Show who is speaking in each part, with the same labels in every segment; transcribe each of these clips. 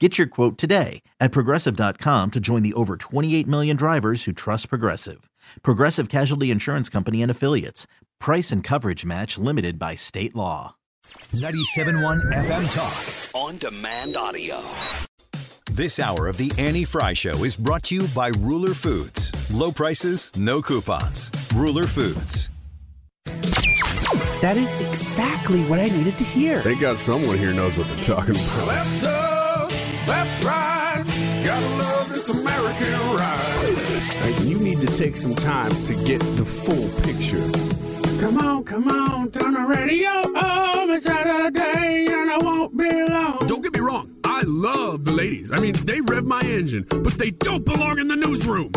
Speaker 1: Get your quote today at progressive.com to join the over 28 million drivers who trust Progressive. Progressive Casualty Insurance Company and Affiliates. Price and coverage match limited by state law.
Speaker 2: 971 FM Talk.
Speaker 3: On demand audio.
Speaker 2: This hour of the Annie Fry Show is brought to you by Ruler Foods. Low prices, no coupons. Ruler Foods.
Speaker 4: That is exactly what I needed to hear.
Speaker 5: Thank God someone here knows what they're talking about.
Speaker 6: That's up, that's right. Gotta love this American ride.
Speaker 5: Like, you need to take some time to get the full picture.
Speaker 6: Come on, come on, turn the radio on. It's Saturday and I won't be alone.
Speaker 7: Don't get me wrong, I love the ladies. I mean, they rev my engine, but they don't belong in the newsroom.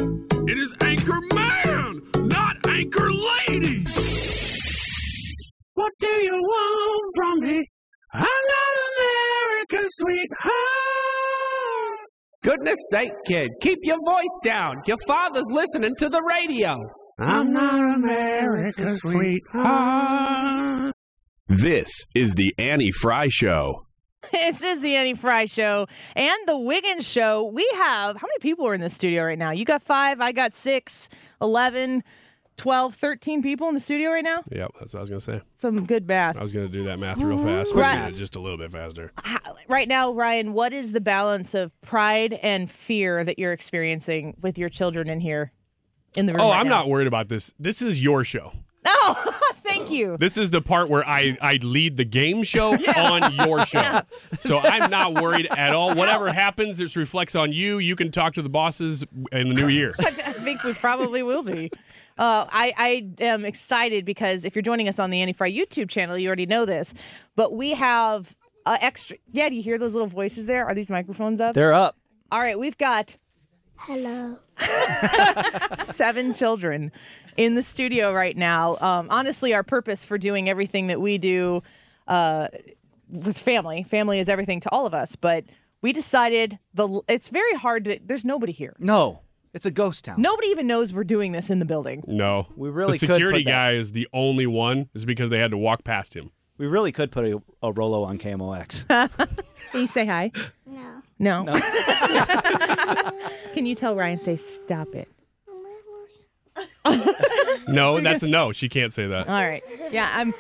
Speaker 7: It is Anchor Man, not Anchor Lady.
Speaker 6: What do you want from me? I'm not America's sweetheart.
Speaker 8: Goodness sake, kid, keep your voice down. Your father's listening to the radio.
Speaker 6: I'm not America's sweetheart.
Speaker 5: This is the Annie Fry Show.
Speaker 9: This is the Annie Fry Show and the Wiggins Show. We have, how many people are in the studio right now? You got five, I got six, 11, 12, 13 people in the studio right now?
Speaker 10: Yep, that's what I was gonna say.
Speaker 9: Some good math.
Speaker 10: I was gonna do that math real fast. but I did it just a little bit faster.
Speaker 9: Right now, Ryan, what is the balance of pride and fear that you're experiencing with your children in here in the room?
Speaker 10: Oh,
Speaker 9: right
Speaker 10: I'm
Speaker 9: now?
Speaker 10: not worried about this. This is your show.
Speaker 9: Oh, thank you.
Speaker 10: This is the part where I, I lead the game show on your show. So I'm not worried at all. Whatever happens, this reflects on you. You can talk to the bosses in the new year.
Speaker 9: I think we probably will be. Uh, I, I am excited because if you're joining us on the Annie Fry YouTube channel, you already know this, but we have uh, extra. Yeah, do you hear those little voices there? Are these microphones up?
Speaker 11: They're up.
Speaker 9: All right, we've got
Speaker 12: Hello.
Speaker 9: seven children in the studio right now. Um, honestly, our purpose for doing everything that we do uh, with family, family is everything to all of us, but we decided the it's very hard to there's nobody here.
Speaker 11: No, it's a ghost town.
Speaker 9: Nobody even knows we're doing this in the building.
Speaker 10: No.
Speaker 11: We really
Speaker 10: The
Speaker 11: could
Speaker 10: security
Speaker 11: put that-
Speaker 10: guy is the only one, is because they had to walk past him.
Speaker 11: We really could put a, a Rolo on KMOX.
Speaker 9: Can you say hi?
Speaker 12: No.
Speaker 9: No. Can you tell Ryan say stop it?
Speaker 10: No, that's a no. She can't say that.
Speaker 9: All right. Yeah, I'm.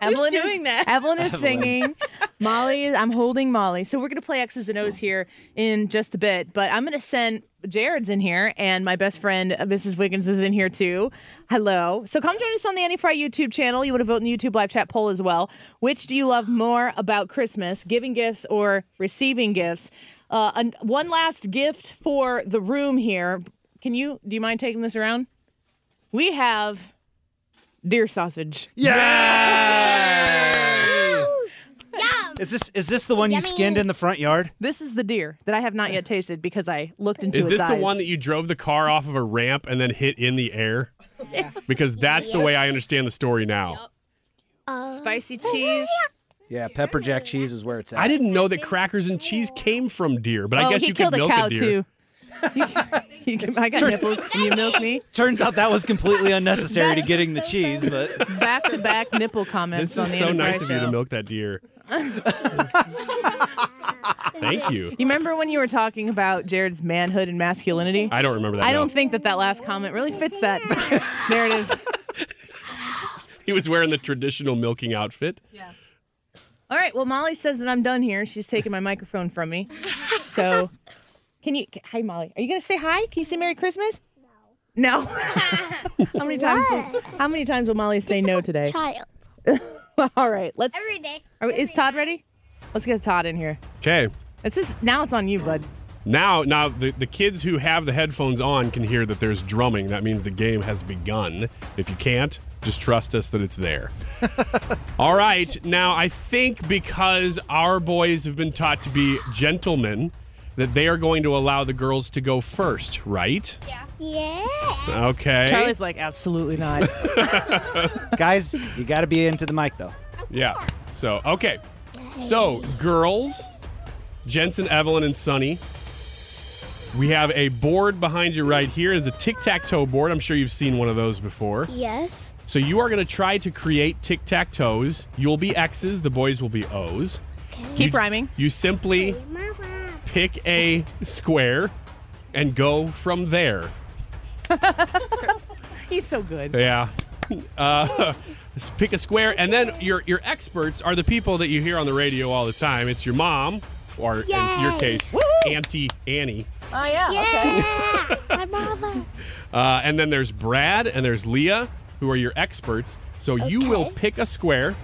Speaker 9: Evelyn is
Speaker 13: doing that?
Speaker 9: Evelyn is singing. Molly is. I'm holding Molly. So we're gonna play X's and O's here in just a bit. But I'm gonna send Jared's in here, and my best friend uh, Mrs. Wiggins is in here too. Hello. So come join us on the Annie Fry YouTube channel. You want to vote in the YouTube live chat poll as well. Which do you love more about Christmas? Giving gifts or receiving gifts? Uh, an, one last gift for the room here. Can you? Do you mind taking this around? We have deer sausage.
Speaker 11: is this is this the one you
Speaker 12: Yummy.
Speaker 11: skinned in the front yard?
Speaker 9: This is the deer that I have not yet tasted because I looked into
Speaker 10: Is
Speaker 9: its
Speaker 10: this the
Speaker 9: eyes.
Speaker 10: one that you drove the car off of a ramp and then hit in the air? Because that's the way I understand the story now.
Speaker 9: spicy cheese?
Speaker 11: Yeah, pepper jack cheese is where it's at.
Speaker 10: I didn't know that crackers and cheese came from deer, but
Speaker 9: oh,
Speaker 10: I guess
Speaker 9: he
Speaker 10: you could
Speaker 9: killed
Speaker 10: milk
Speaker 9: a cow
Speaker 10: deer.
Speaker 9: too. You, can- I got nipples. Can you milk me?
Speaker 11: Turns out that was completely unnecessary to getting the cheese, but
Speaker 9: Back to back nipple comments
Speaker 10: This
Speaker 9: on
Speaker 10: is
Speaker 9: the
Speaker 10: so
Speaker 9: Andy Fry
Speaker 10: nice of you
Speaker 9: Show.
Speaker 10: to milk that deer. Thank you.
Speaker 9: You remember when you were talking about Jared's manhood and masculinity?
Speaker 10: I don't remember that.
Speaker 9: I
Speaker 10: no.
Speaker 9: don't think that that last comment really fits that narrative.
Speaker 10: He was wearing the traditional milking outfit.
Speaker 9: All right. Well, Molly says that I'm done here. She's taking my microphone from me. so. Can you? c- Hi, Molly. Are you gonna say hi? Can you say Merry Christmas? No. how many times? will- How many times will Molly say no today?
Speaker 3: Child.
Speaker 9: All right. Let's. Every day. is Todd ready? Let's get Todd in here.
Speaker 10: Okay.
Speaker 9: It's just now. It's on you, bud.
Speaker 10: Now, now the, the kids who have the headphones on can hear that there's drumming. That means the game has begun. If you can't, just trust us that it's there. All right. Now, I think because our boys have been taught to be gentlemen, that they are going to allow the girls to go first, right?
Speaker 3: Yeah. Yeah.
Speaker 10: Okay.
Speaker 9: Charlie's like, absolutely not.
Speaker 11: Guys, you got to be into the mic though.
Speaker 10: Yeah. So, okay. So, girls, Jensen, Evelyn, and Sunny, we have a board behind you right here. It's a tic tac toe board. I'm sure you've seen one of those before.
Speaker 3: Yes.
Speaker 10: So, you are going to try to create tic tac toes. You'll be X's, the boys will be O's.
Speaker 9: Keep
Speaker 10: You-
Speaker 9: rhyming.
Speaker 10: You simply pick a square and go from there.
Speaker 9: He's so good.
Speaker 10: Yeah. Uh, s- pick a square, and then your your experts are the people that you hear on the radio all the time. It's your mom, or in your
Speaker 3: Yay.
Speaker 10: case, Auntie Annie.
Speaker 9: Oh yeah.
Speaker 3: Yeah. My mother.
Speaker 10: Uh, and then there's Brad and there's Leah, who are your experts. So you will pick a square,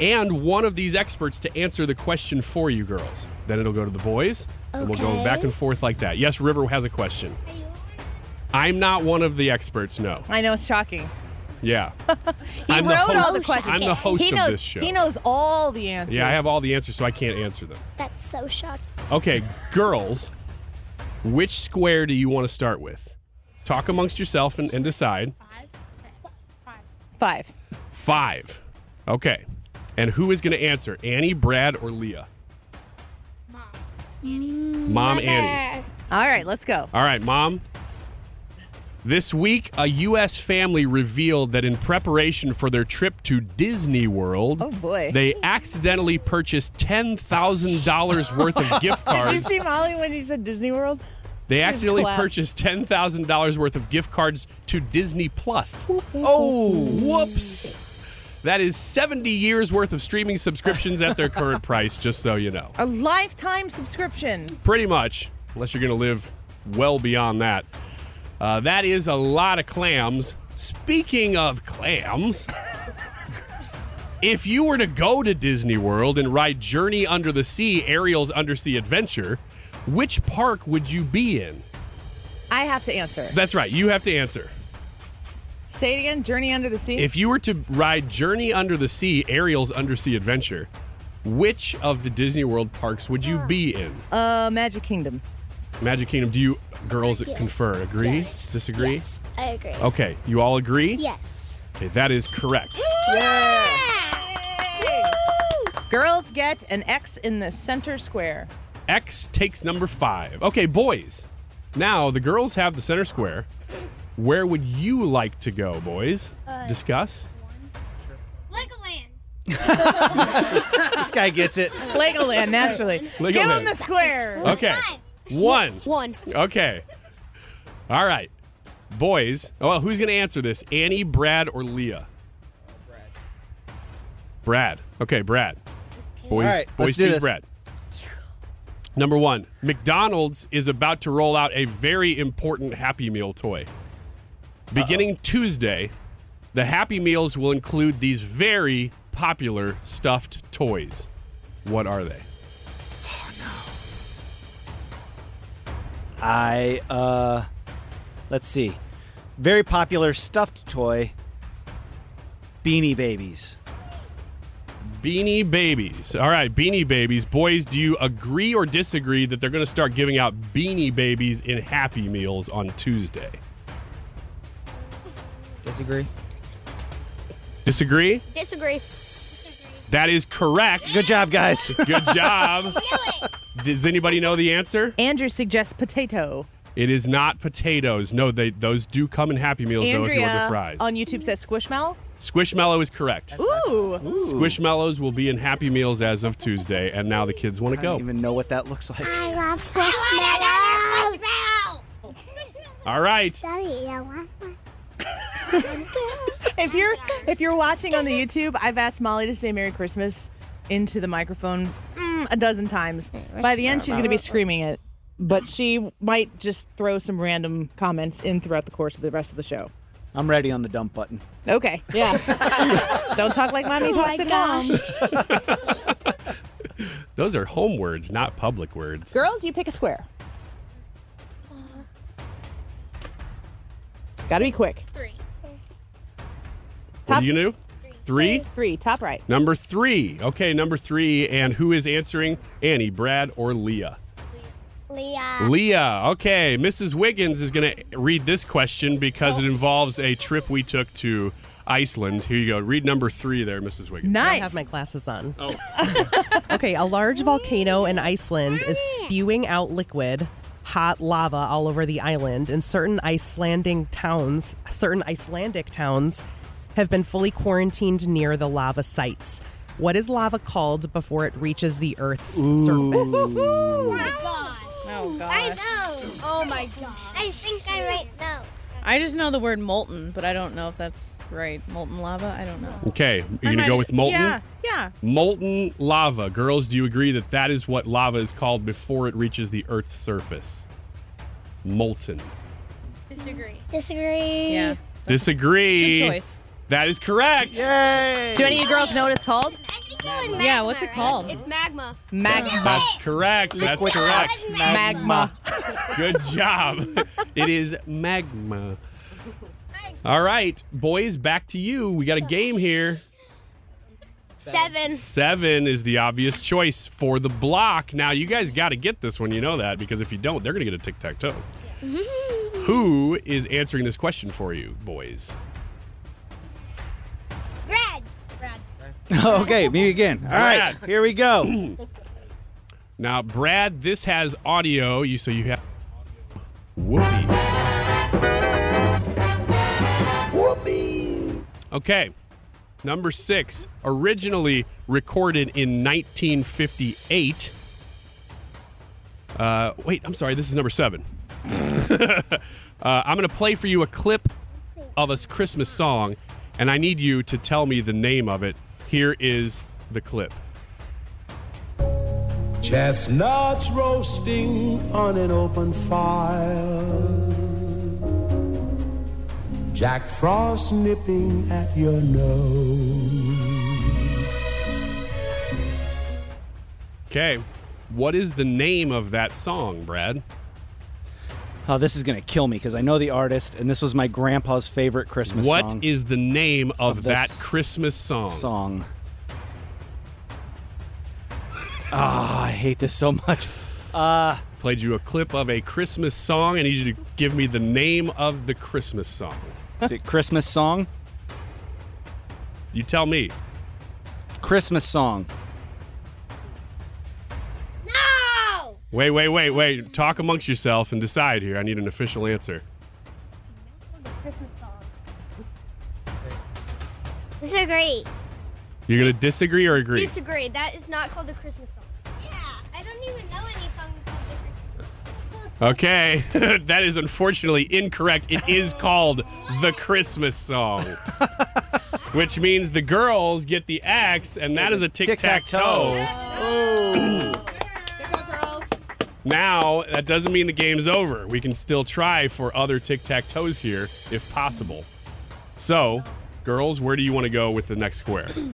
Speaker 10: and one of these experts to answer the question for you girls. Then it'll go to the boys, and we'll go
Speaker 3: Okay.
Speaker 10: back and forth like that. Yes, River has a question. I'm not one of the experts. No.
Speaker 9: I know it's shocking.
Speaker 10: Yeah.
Speaker 9: He
Speaker 10: I'm
Speaker 9: wrote
Speaker 10: the host.
Speaker 9: all the questions.
Speaker 10: I'm the host
Speaker 9: he knows,
Speaker 10: of this show.
Speaker 9: He knows all the answers.
Speaker 10: Yeah, I have all the answers, so I can't answer them.
Speaker 3: That's so shocking.
Speaker 10: Okay, girls, which square do you want to start with? Talk amongst yourself and, and decide.
Speaker 9: Five.
Speaker 10: Five. Okay. And who is going to answer? Annie, Brad, or Leah? Mom, Annie.
Speaker 9: All right, let's go.
Speaker 10: All right, Mom. This week, a U.S. family revealed that in preparation for their trip to Disney World,
Speaker 9: Oh, boy.
Speaker 10: they accidentally purchased $10,000 worth of gift cards.
Speaker 9: Did you see Molly when you said Disney World?
Speaker 10: They
Speaker 9: Just
Speaker 10: accidentally
Speaker 9: clap.
Speaker 10: purchased ten thousand dollars worth of gift cards to Disney Plus.
Speaker 11: Oh,
Speaker 10: whoops! That is seventy years worth of streaming subscriptions at their current price. Just so you know,
Speaker 9: A lifetime subscription.
Speaker 10: pretty much, unless you're going to live well beyond that. Uh, that is a lot of clams. Speaking of clams. If you were to go to Disney World and ride Journey Under the Sea, Ariel's Undersea Adventure, which park would you be in?
Speaker 9: I have to answer.
Speaker 10: That's right, you have to answer.
Speaker 9: Say it again. Journey Under the Sea.
Speaker 10: If you were to ride Journey Under the Sea, Ariel's Undersea Adventure, which of the Disney World parks would you be in?
Speaker 9: uh, Magic Kingdom.
Speaker 10: Magic Kingdom, do you girls
Speaker 3: Yes.
Speaker 10: confer? Agree?
Speaker 3: Yes.
Speaker 10: Disagree?
Speaker 3: Yes, I agree.
Speaker 10: Okay, you all agree?
Speaker 3: Yes.
Speaker 10: Okay, that is correct.
Speaker 9: Girls get an X in the center square.
Speaker 10: X takes number five. Okay, boys. Now the girls have the center square. Where would you like to go, boys?
Speaker 3: Uh,
Speaker 10: Discuss.
Speaker 3: Legoland.
Speaker 11: this guy gets it.
Speaker 9: Legoland, naturally. Give
Speaker 10: Legoland.
Speaker 9: them the square.
Speaker 10: Okay. One.
Speaker 3: One.
Speaker 10: Okay. All right. Boys. Oh, well, who's going to answer this? Annie, Brad, or Leah? Brad. Brad. Okay, Brad. Boys,
Speaker 11: All right,
Speaker 10: boys
Speaker 11: let's do
Speaker 10: choose
Speaker 11: this.
Speaker 10: Brad. Number one, McDonald's is about to roll out a very important Happy Meal toy. Beginning Tuesday, the Happy Meals will include these very popular stuffed toys. What are they?
Speaker 11: I uh let's see. Very popular stuffed toy Beanie Babies.
Speaker 10: Beanie Babies. All right, Beanie Babies. Boys, do you agree or disagree that they're going to start giving out Beanie Babies in Happy Meals on Tuesday?
Speaker 11: Disagree.
Speaker 10: Disagree?
Speaker 3: Disagree.
Speaker 10: That is correct.
Speaker 11: Good job, guys.
Speaker 10: Good job. Does anybody know the answer?
Speaker 9: Andrew suggests potato.
Speaker 10: It is not potatoes. No, they those do come in Happy Meals though if you order
Speaker 9: Andrea
Speaker 10: fries.
Speaker 9: on YouTube says squishmallow.
Speaker 10: Squishmallow is correct.
Speaker 9: Ooh.
Speaker 10: Squishmallows will be in Happy Meals as of Tuesday, and now the kids want to
Speaker 11: I don't
Speaker 10: go.
Speaker 11: even know what that looks like.
Speaker 3: I love squishmallows.
Speaker 10: All right.
Speaker 3: Daddy, I want one.
Speaker 9: If you're if you're watching on the YouTube, I've asked Molly to say Merry Christmas into the microphone mm, a dozen times. By the end, she's going to be screaming it, but she might just throw some random comments in throughout the course of the rest of the show.
Speaker 11: I'm ready on the dump button.
Speaker 9: Okay, yeah. Don't talk like mommy
Speaker 3: Oh my
Speaker 9: talks at mom.
Speaker 10: Those are home words, not public words.
Speaker 9: Girls, you pick a square. Got to be quick.
Speaker 3: Three.
Speaker 10: What do you do? Three?
Speaker 9: Three, top right.
Speaker 10: Number three. Okay, number three. And who is answering? Annie, Brad, or Leah?
Speaker 3: Leah.
Speaker 10: Leah. Okay, Mrs. Wiggins is going to read this question because it involves a trip we took to Iceland. Here you go. Read number three there, Mrs. Wiggins.
Speaker 12: I have my glasses on. Oh. okay, a large volcano in Iceland is spewing out liquid, hot lava all over the island, and certain Icelandic towns, certain Icelandic towns have been fully quarantined near the lava sites. What is lava called before it reaches the Earth's surface?
Speaker 13: Oh god.
Speaker 3: I know. Oh my god. I think I right now.
Speaker 13: I just know the word molten, but I don't know if that's right. Molten lava? I don't know.
Speaker 10: Okay, you're going to
Speaker 13: might-
Speaker 10: go with molten?
Speaker 13: Yeah, yeah.
Speaker 10: Molten lava. Girls, do you agree that that is what lava is called before it reaches the Earth's surface? Molten.
Speaker 3: Disagree. Disagree. Yeah.
Speaker 10: Disagree.
Speaker 3: Good choice.
Speaker 10: That is correct.
Speaker 9: Yay! Do any of you girls know what it's called?
Speaker 13: Yeah, what's it called?
Speaker 3: It's magma.
Speaker 9: Magma.
Speaker 10: That's correct. That's
Speaker 9: Liquid
Speaker 10: correct.
Speaker 9: Magma.
Speaker 10: Good job. it is magma. All right, boys, back to you. We got a game here.
Speaker 3: Seven.
Speaker 10: Seven is the obvious choice for the block. Now, you guys got to get this one. You know that because if you don't, they're going to get a tic tac toe. Who is answering this question for you, boys?
Speaker 3: Brad. Brad.
Speaker 11: okay, me again. All right, here we go.
Speaker 10: Now, Brad, this has audio. You so you have Whoopi. Whoopi. Okay. Number six, originally recorded in 1958. Uh, wait, I'm sorry. This is number seven. uh, I'm going to play for you a clip of a Christmas song, and I need you to tell me the name of it. Here is the clip.
Speaker 6: Chestnuts roasting on an open fire. Jack Frost nipping at your nose.
Speaker 10: Okay. What is the name of that song, Brad?
Speaker 11: Oh, this is gonna kill me because I know the artist, and this was my grandpa's favorite Christmas
Speaker 10: What
Speaker 11: song.
Speaker 10: is the name of,
Speaker 11: Of
Speaker 10: that
Speaker 11: this
Speaker 10: Christmas song?
Speaker 11: Song. Ah, I hate this so much.
Speaker 10: Uh, Played you a clip of a Christmas song. I need you to give me the name of the Christmas song.
Speaker 11: Is it Christmas song?
Speaker 10: You tell me.
Speaker 11: Christmas song.
Speaker 3: No.
Speaker 10: Wait, wait, wait, wait. Talk amongst yourself and decide here. I need an official answer.
Speaker 3: Christmas song. Disagree.
Speaker 10: You're going to disagree or agree?
Speaker 3: Disagree. That is not called a Christmas song. Yeah. I don't even know any song called the Christmas
Speaker 10: okay. that is unfortunately incorrect. It is called The Christmas Song, which means the girls get the axe, and that is a tic tac toe. Now, that doesn't mean the game's over. We can still try for other tic tac toes here if possible. So, girls, where do you want to go with the next square?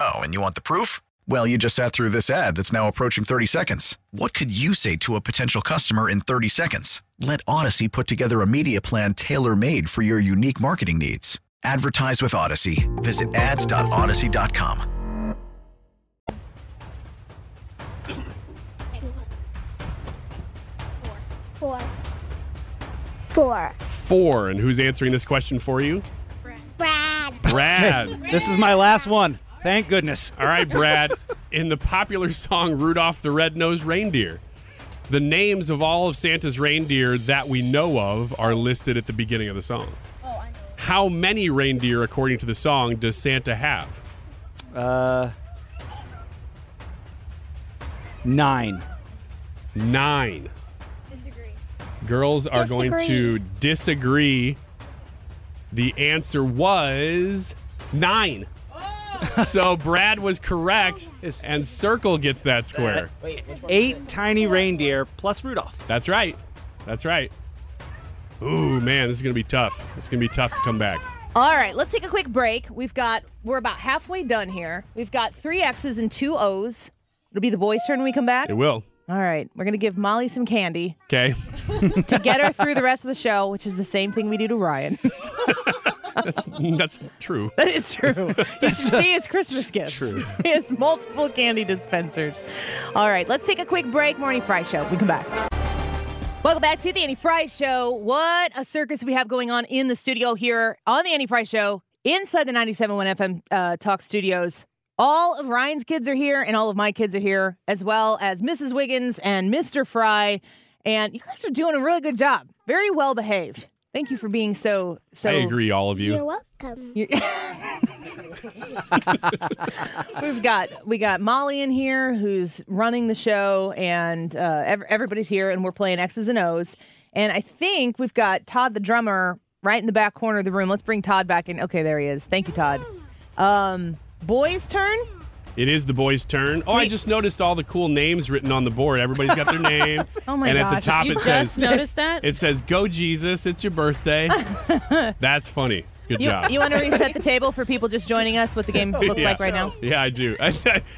Speaker 14: Oh, and you want the proof? Well, you just sat through this ad that's now approaching 30 seconds. What could you say to a potential customer in 30 seconds? Let Odyssey put together a media plan tailor made for your unique marketing needs. Advertise with Odyssey. Visit ads.odyssey.com.
Speaker 3: Four. Four.
Speaker 10: Four. And who's answering this question for you?
Speaker 3: Brad.
Speaker 10: Brad.
Speaker 11: this is my last one. Thank goodness.
Speaker 10: All right, Brad. In the popular song Rudolph the Red-Nosed Reindeer, the names of all of Santa's reindeer that we know of are listed at the beginning of the song. How many reindeer, according to the song, does Santa have?
Speaker 11: Uh, nine.
Speaker 10: Nine. Girls are going to
Speaker 3: Disagree.
Speaker 10: disagree. The answer was nine. So Brad was correct, and Circle gets that square.
Speaker 11: Eight tiny reindeer plus Rudolph.
Speaker 10: That's right. That's right. Ooh, man, this is going to be tough. It's going to be tough to come back.
Speaker 9: All right, let's take a quick break. We've got we're about halfway done here. We've got three X's and two O's. It'll be the boys' turn when we come back.
Speaker 10: It will.
Speaker 9: All right, we're gonna give Molly some candy
Speaker 10: Okay.
Speaker 9: to get her through the rest of the show, which is the same thing we do to Ryan.
Speaker 10: That's, that's true.
Speaker 9: That is true. You should see his Christmas gifts. True. He has multiple candy dispensers. All right, let's take a quick break. Morning Fry Show. We come back. Welcome back to the Annie Fry Show. What a circus we have going on in the studio here on the Annie Fry Show inside the 97.1 FM uh, Talk Studios. All of Ryan's kids are here, and all of my kids are here, as well as Mrs. Wiggins and Mr. Fry. And you guys are doing a really good job. Very well behaved. Thank you for being so so.
Speaker 10: I agree, all of you.
Speaker 3: welcome.
Speaker 9: We've got we got Molly in here who's running the show, and uh, ev- everybody's here, and we're playing X's and O's. And I think we've got Todd the drummer right in the back corner of the room. Let's bring Todd back in. Okay, there he is. Thank you, Todd. Um, boys' turn.
Speaker 10: It is the boys' turn. Oh, I just noticed all the cool names written on the board. Everybody's got their name.
Speaker 9: Oh my
Speaker 10: And at
Speaker 9: gosh.
Speaker 10: the top
Speaker 9: You
Speaker 10: it
Speaker 9: just
Speaker 10: says
Speaker 9: noticed that?
Speaker 10: It says "Go Jesus, it's your birthday." That's funny. Good
Speaker 9: You,
Speaker 10: job.
Speaker 9: you want to reset the table for people just joining us? What the game looks
Speaker 10: Yeah.
Speaker 9: like right now?
Speaker 10: Yeah, I do.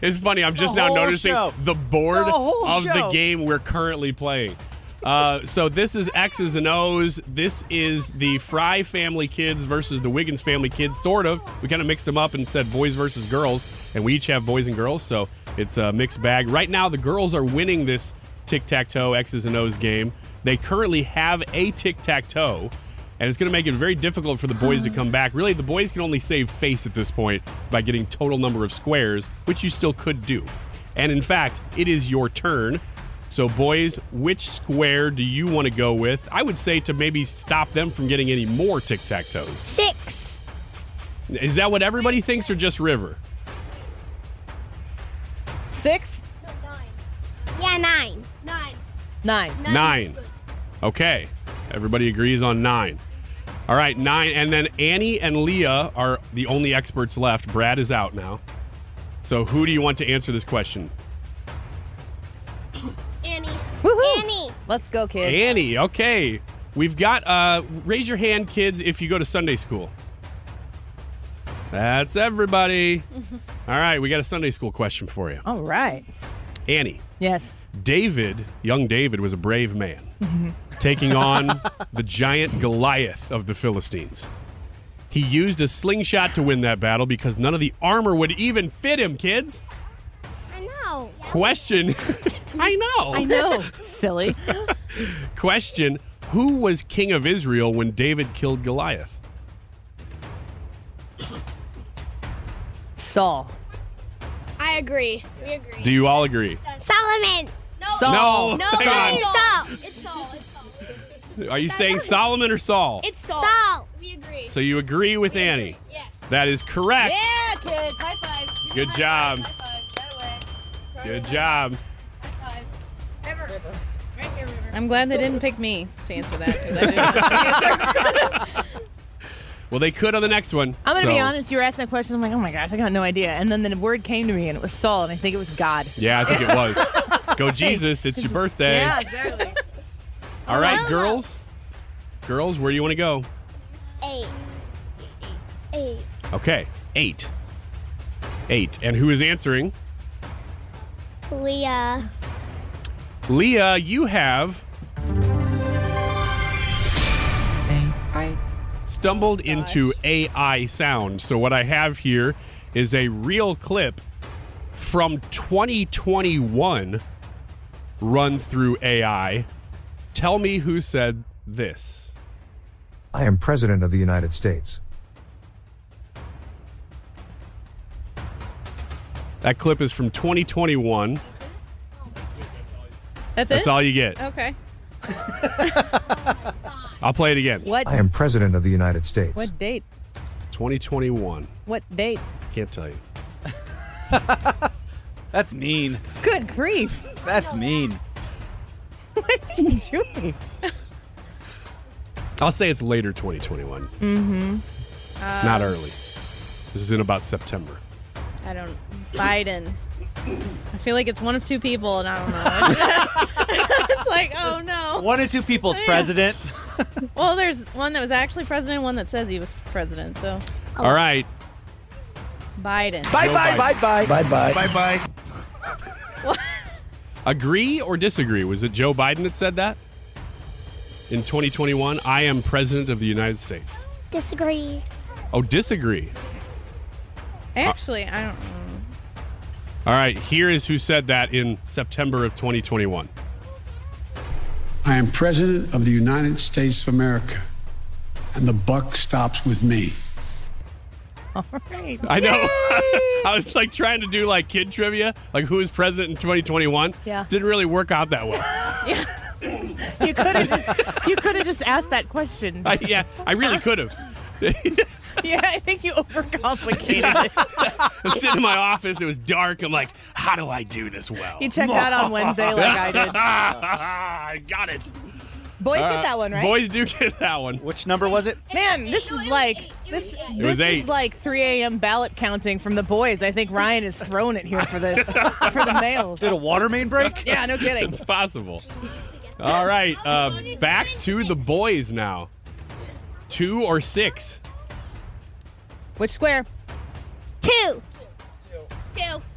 Speaker 10: it's funny. I'm just
Speaker 9: The
Speaker 10: now
Speaker 9: whole
Speaker 10: noticing
Speaker 9: show.
Speaker 10: the board
Speaker 9: The whole
Speaker 10: of the
Speaker 9: show.
Speaker 10: game we're currently playing. Uh, so this is X's and O's. This is the Fry family kids versus the Wiggins family kids, sort of. We kind of mixed them up and said boys versus girls, and we each have boys and girls, so it's a mixed bag. Right now, the girls are winning this tic-tac-toe X's and O's game. They currently have a tic-tac-toe, and it's going to make it very difficult for the boys to come back. Really, the boys can only save face at this point by getting total number of squares, which you still could do. And in fact, it is your turn. So, boys, which square do you want to go with? I would say to maybe stop them from getting any more tic tac toes.
Speaker 3: Six.
Speaker 10: Is that what everybody thinks or just River?
Speaker 9: Six?
Speaker 3: Yeah, nine. Nine.
Speaker 9: Nine.
Speaker 10: Nine. Okay. Everybody agrees on nine. All right, nine. And then Annie and Leah are the only experts left. Brad is out now. So, who do you want to answer this question?
Speaker 3: Annie.
Speaker 9: Woohoo! Annie. Let's go, kids.
Speaker 10: Annie, okay. We've got uh raise your hand kids if you go to Sunday school. That's everybody. All right, we got a Sunday school question for you.
Speaker 9: All right.
Speaker 10: Annie,
Speaker 9: Yes.
Speaker 10: David, young David was a brave man, taking on the giant Goliath of the Philistines. He used a slingshot to win that battle because none of the armor would even fit him, kids.
Speaker 3: I know.
Speaker 10: Question I know.
Speaker 9: I know. Silly.
Speaker 10: Question Who was king of Israel when David killed Goliath?
Speaker 9: Saul.
Speaker 3: I agree. We agree.
Speaker 10: Do you all agree?
Speaker 3: Solomon. No.
Speaker 10: Saul. No,
Speaker 3: No.
Speaker 10: hang
Speaker 3: It's
Speaker 10: on.
Speaker 3: Saul. It's Saul.
Speaker 10: Are you saying Solomon or Saul?
Speaker 3: It's Saul. Saul. We agree.
Speaker 10: So you agree with Annie? Yes. That is correct.
Speaker 3: Yeah, kids. High fives.
Speaker 10: Good job. Good job.
Speaker 13: I'm glad they didn't pick me to answer that. 'cause I didn't know the answer.
Speaker 10: Well, they could on the next one.
Speaker 9: I'm going to
Speaker 10: so-
Speaker 9: be honest. You were asking that question. I'm like, oh my gosh, I got no idea. And then the word came to me, and it was Saul, and I think it was God.
Speaker 10: Yeah, I think it was. Go Jesus, it's your birthday.
Speaker 9: Yeah, exactly.
Speaker 10: All right, girls. Girls, where do you want to go?
Speaker 3: Eight. Eight.
Speaker 10: Okay, eight. Eight. And who is answering?
Speaker 3: Leah.
Speaker 10: Leah, you have. Stumbled into AI sound. So, what I have here is a real clip from 2021 run through AI. Tell me who said this.
Speaker 2: I am President of the United States.
Speaker 10: That clip is from 2021.
Speaker 13: That's it.
Speaker 10: That's all you get.
Speaker 9: Oh.
Speaker 13: Okay.
Speaker 10: I'll play it again.
Speaker 9: What?
Speaker 2: I am President of the United States.
Speaker 9: What date?
Speaker 10: 2021.
Speaker 9: What date?
Speaker 10: Can't tell you.
Speaker 11: That's mean.
Speaker 9: Good grief.
Speaker 11: That's mean.
Speaker 9: What are you doing?
Speaker 10: I'll say it's later 2021,
Speaker 13: Mm-hmm.
Speaker 10: not early. This is in about September.
Speaker 13: I don't. Biden. I feel like it's one of two people, and I don't know. it's like, oh no.
Speaker 11: One or two people's president.
Speaker 13: Well, there's one that was actually president, one that says he was president. So.
Speaker 10: All right.
Speaker 13: Biden.
Speaker 10: Bye, Joe bye, Biden.
Speaker 2: bye. Bye bye.
Speaker 10: Bye bye. Agree or disagree? Was it Joe Biden that said that? In 2021, I am president of the United States.
Speaker 3: Disagree.
Speaker 10: Oh, disagree.
Speaker 13: Actually, I don't.
Speaker 10: All right, here is who said that in September of 2021.
Speaker 6: I am President of the United States of America, and the buck stops with me.
Speaker 9: All right.
Speaker 10: I know. I was like trying to do like kid trivia, like who was president in 2021.
Speaker 9: Yeah.
Speaker 10: Didn't really work out that well.
Speaker 9: You could have just you could have just asked that question.
Speaker 10: I, yeah, I really could have.
Speaker 9: yeah, I think you overcomplicated it.
Speaker 10: I was sitting in my office. It was dark. I'm like, how do I do this well?
Speaker 9: You checked out on Wednesday like I did.
Speaker 10: I got it.
Speaker 9: Boys
Speaker 10: Uh,
Speaker 9: get that one, right?
Speaker 10: Boys do get that one.
Speaker 11: Which number was it?
Speaker 9: Man, this is like this.
Speaker 10: was
Speaker 9: This
Speaker 10: eight.
Speaker 9: is like 3 a.m. ballot counting from the boys. I think Ryan is throwing it here for the for the males.
Speaker 11: Did a water main break?
Speaker 9: Yeah, no kidding.
Speaker 10: It's possible. All right, uh, back to the boys now. Two or six?
Speaker 9: Which square?
Speaker 3: Two. Two.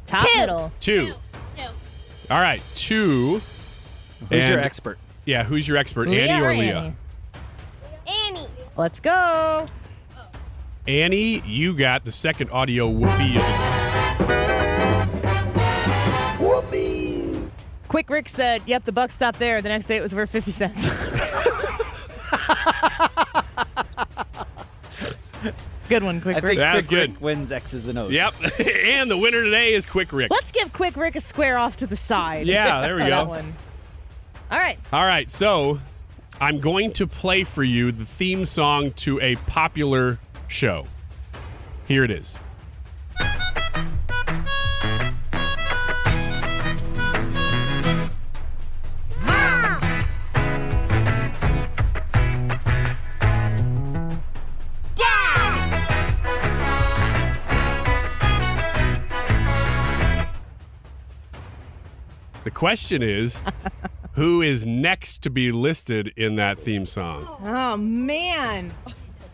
Speaker 9: Top
Speaker 3: Two.
Speaker 9: middle.
Speaker 10: Two. All right, two.
Speaker 11: Who's your
Speaker 10: And-
Speaker 11: expert?
Speaker 10: Yeah, who's your expert,
Speaker 9: Leah
Speaker 10: Annie or
Speaker 9: or
Speaker 10: Leah?
Speaker 9: Annie? Let's go.
Speaker 10: Annie, you got the second audio whoopee of the
Speaker 9: Quick Rick said, "Yep, the buck stopped there. The next day it was worth 50 cents." good one, Quick
Speaker 11: I
Speaker 9: Rick.
Speaker 11: think Quick Rick wins X's and O's.
Speaker 10: Yep. and the winner today is Quick Rick.
Speaker 9: Let's give Quick Rick a square off to the side.
Speaker 10: Yeah, there we
Speaker 9: For
Speaker 10: go.
Speaker 9: That one. All right.
Speaker 10: All right, so I'm going to play for you the theme song to a popular show. Here it is.
Speaker 3: Ah!
Speaker 10: The question is who is next to be listed in that theme song?
Speaker 9: Oh man.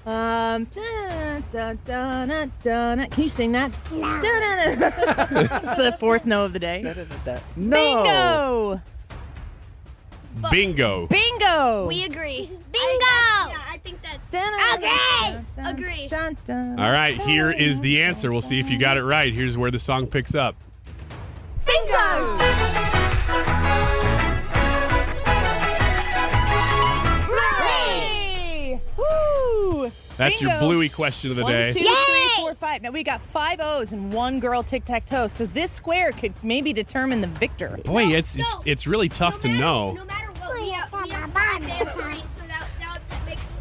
Speaker 9: Um, dun, dun, dun, dun, dun. can you sing that? Dun, dun, dun. it's the fourth no of the day.
Speaker 10: No. Bingo.
Speaker 9: Bingo. Bingo.
Speaker 3: We agree. Bingo! I think, yeah, I think that's. agree!
Speaker 9: Dun, dun.
Speaker 10: All right, here is the answer. We'll see if you got it right. Here's where the song picks up.
Speaker 3: Bingo!
Speaker 9: Hey! Woo!
Speaker 10: That's your
Speaker 9: Bingo.
Speaker 10: bluey question of the
Speaker 9: One,
Speaker 10: day.
Speaker 9: two, three, four, five. Now we got five O's and one girl tic tac toe. So this square could maybe determine the victor.
Speaker 10: Boy, it's, it's it's really tough to know.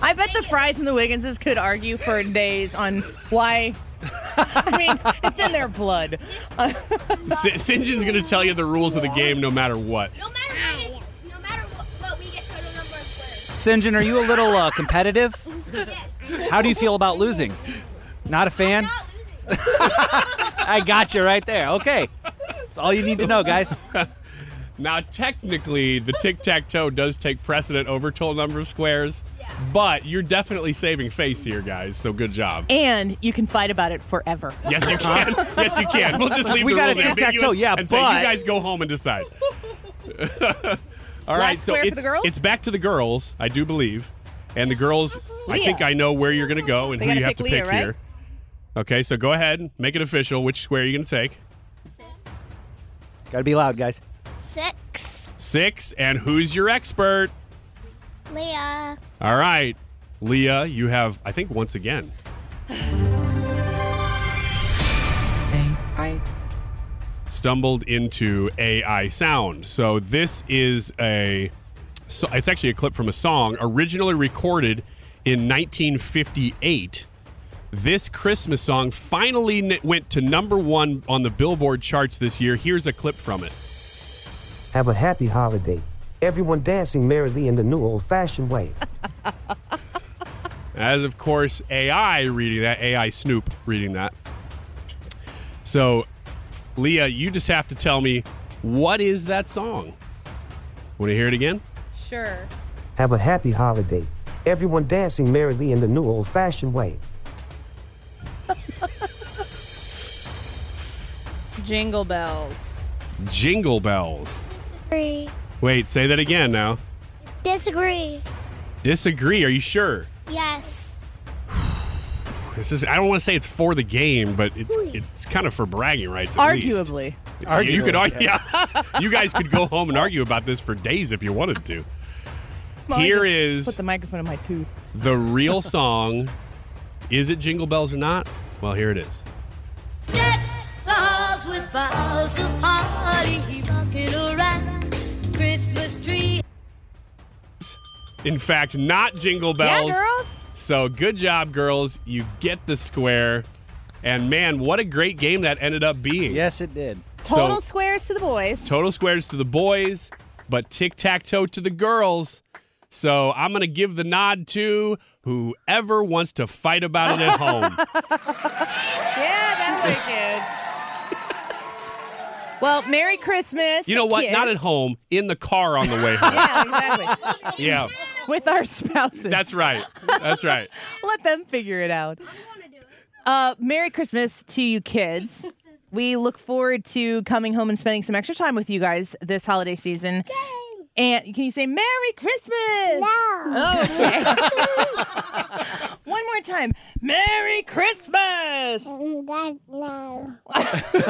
Speaker 9: I bet the Fries and the Wigginses could argue for days on why. I mean, it's in their blood.
Speaker 10: S- St. John's going to tell you the rules of the game no matter what.
Speaker 11: Sinjin, are you a little uh, competitive? How do you feel about losing? Not a fan? I got you right there. Okay. That's all you need to know, guys.
Speaker 10: Now, technically, the tic tac toe does take precedent over total number of squares, but you're definitely saving face here, guys. So good job.
Speaker 9: And you can fight about it forever.
Speaker 10: Yes, you can. yes, you can. We'll just leave
Speaker 11: We
Speaker 10: the
Speaker 11: got a
Speaker 10: rules
Speaker 11: tic-tac-toe,
Speaker 10: ambiguous
Speaker 11: yeah,
Speaker 10: and say, you
Speaker 11: but-
Speaker 10: guys go home and decide. All right,
Speaker 11: Last
Speaker 10: so
Speaker 11: square for
Speaker 10: it's
Speaker 11: the girls?
Speaker 10: it's back to the girls, I do believe, and the girls. I think I know where you're going to go and
Speaker 9: They
Speaker 10: who
Speaker 9: gotta
Speaker 10: you have
Speaker 9: pick
Speaker 10: to
Speaker 9: Leah,
Speaker 10: pick
Speaker 9: right?
Speaker 10: here. Okay, so go ahead, make it official. Which square are you going to take?
Speaker 11: Got to be loud, guys.
Speaker 3: Six.
Speaker 10: Six, and who's your expert?
Speaker 3: Leah.
Speaker 10: All right, Leah, you have, I think, once again.
Speaker 4: I
Speaker 10: stumbled into AI sound. So this is a so it's actually a clip from a song originally recorded in 1958. This Christmas song finally n- went to number 1 on the Billboard charts this year. Here's a clip from it.
Speaker 15: Have a happy holiday. Everyone dancing merrily in the new old fashioned way.
Speaker 10: As of course AI reading that, AI Snoop reading that. So Leah, you just have to tell me what is that song? Want to hear it again?
Speaker 13: Sure.
Speaker 15: Have a happy holiday. Everyone dancing merrily in the new old fashioned way.
Speaker 13: Jingle bells.
Speaker 10: Jingle bells.
Speaker 3: Agree.
Speaker 10: Wait, say that again now.
Speaker 3: Disagree.
Speaker 10: Disagree. Are you sure?
Speaker 3: Yes.
Speaker 10: This is. I don't want to say it's for the game, but it's it's kind of for bragging rights. At
Speaker 9: Arguably.
Speaker 10: least. You- you could argue.
Speaker 9: Arguably,
Speaker 10: Yeah. you guys could go home and argue about this for days if you wanted to. Here is
Speaker 9: Put the microphone in my tooth.
Speaker 10: the real song. Is it Jingle Bells or not? Well, here it is.
Speaker 16: The halls with boughs of holly rocking around Christmas tree.
Speaker 10: In fact, not Jingle Bells.
Speaker 16: girls.
Speaker 10: So good job, girls. You get the square. And man, what a great game that ended up being. Yes, it did.
Speaker 9: Total squares to the boys.
Speaker 10: Total squares to the boys, but tic tac toe to the girls. So I'm going to give the nod to whoever wants to fight about it at home.
Speaker 9: That way, kids. Well, Merry Christmas.
Speaker 10: you know what?
Speaker 9: kids.
Speaker 10: Not at home, in the car on the way home.
Speaker 9: Yeah, exactly.
Speaker 10: yeah.
Speaker 9: With our spouses.
Speaker 10: That's right. That's right.
Speaker 9: Let them figure it out. Uh, Merry Christmas to you kids. We look forward to coming home and spending some extra time with you guys this holiday season. And can you say Merry Christmas? No. Okay. One more time. Merry Christmas.
Speaker 3: No.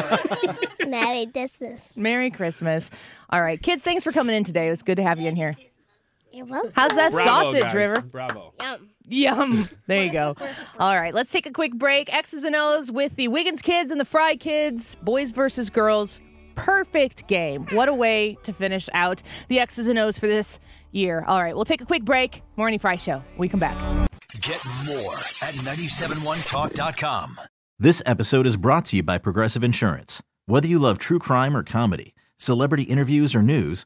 Speaker 3: Merry Christmas.
Speaker 9: Merry Christmas. All right, kids, thanks for coming in today. It was good to have you in here.
Speaker 3: You're welcome.
Speaker 9: How's that
Speaker 10: Bravo,
Speaker 9: sausage,
Speaker 10: guys.
Speaker 9: River?
Speaker 10: Bravo.
Speaker 9: Yum. There you go. All right, let's take a quick break. X's and O's with the Wiggins kids and the Fry kids, boys versus girls. perfect game. What a way to finish out the X's and O's for this year. All right, we'll take a quick break. Morning Fry Show. We come back.
Speaker 4: Get more at 971talk.com.
Speaker 1: This episode is brought to you by Progressive Insurance. Whether you love true crime or comedy, celebrity interviews or news,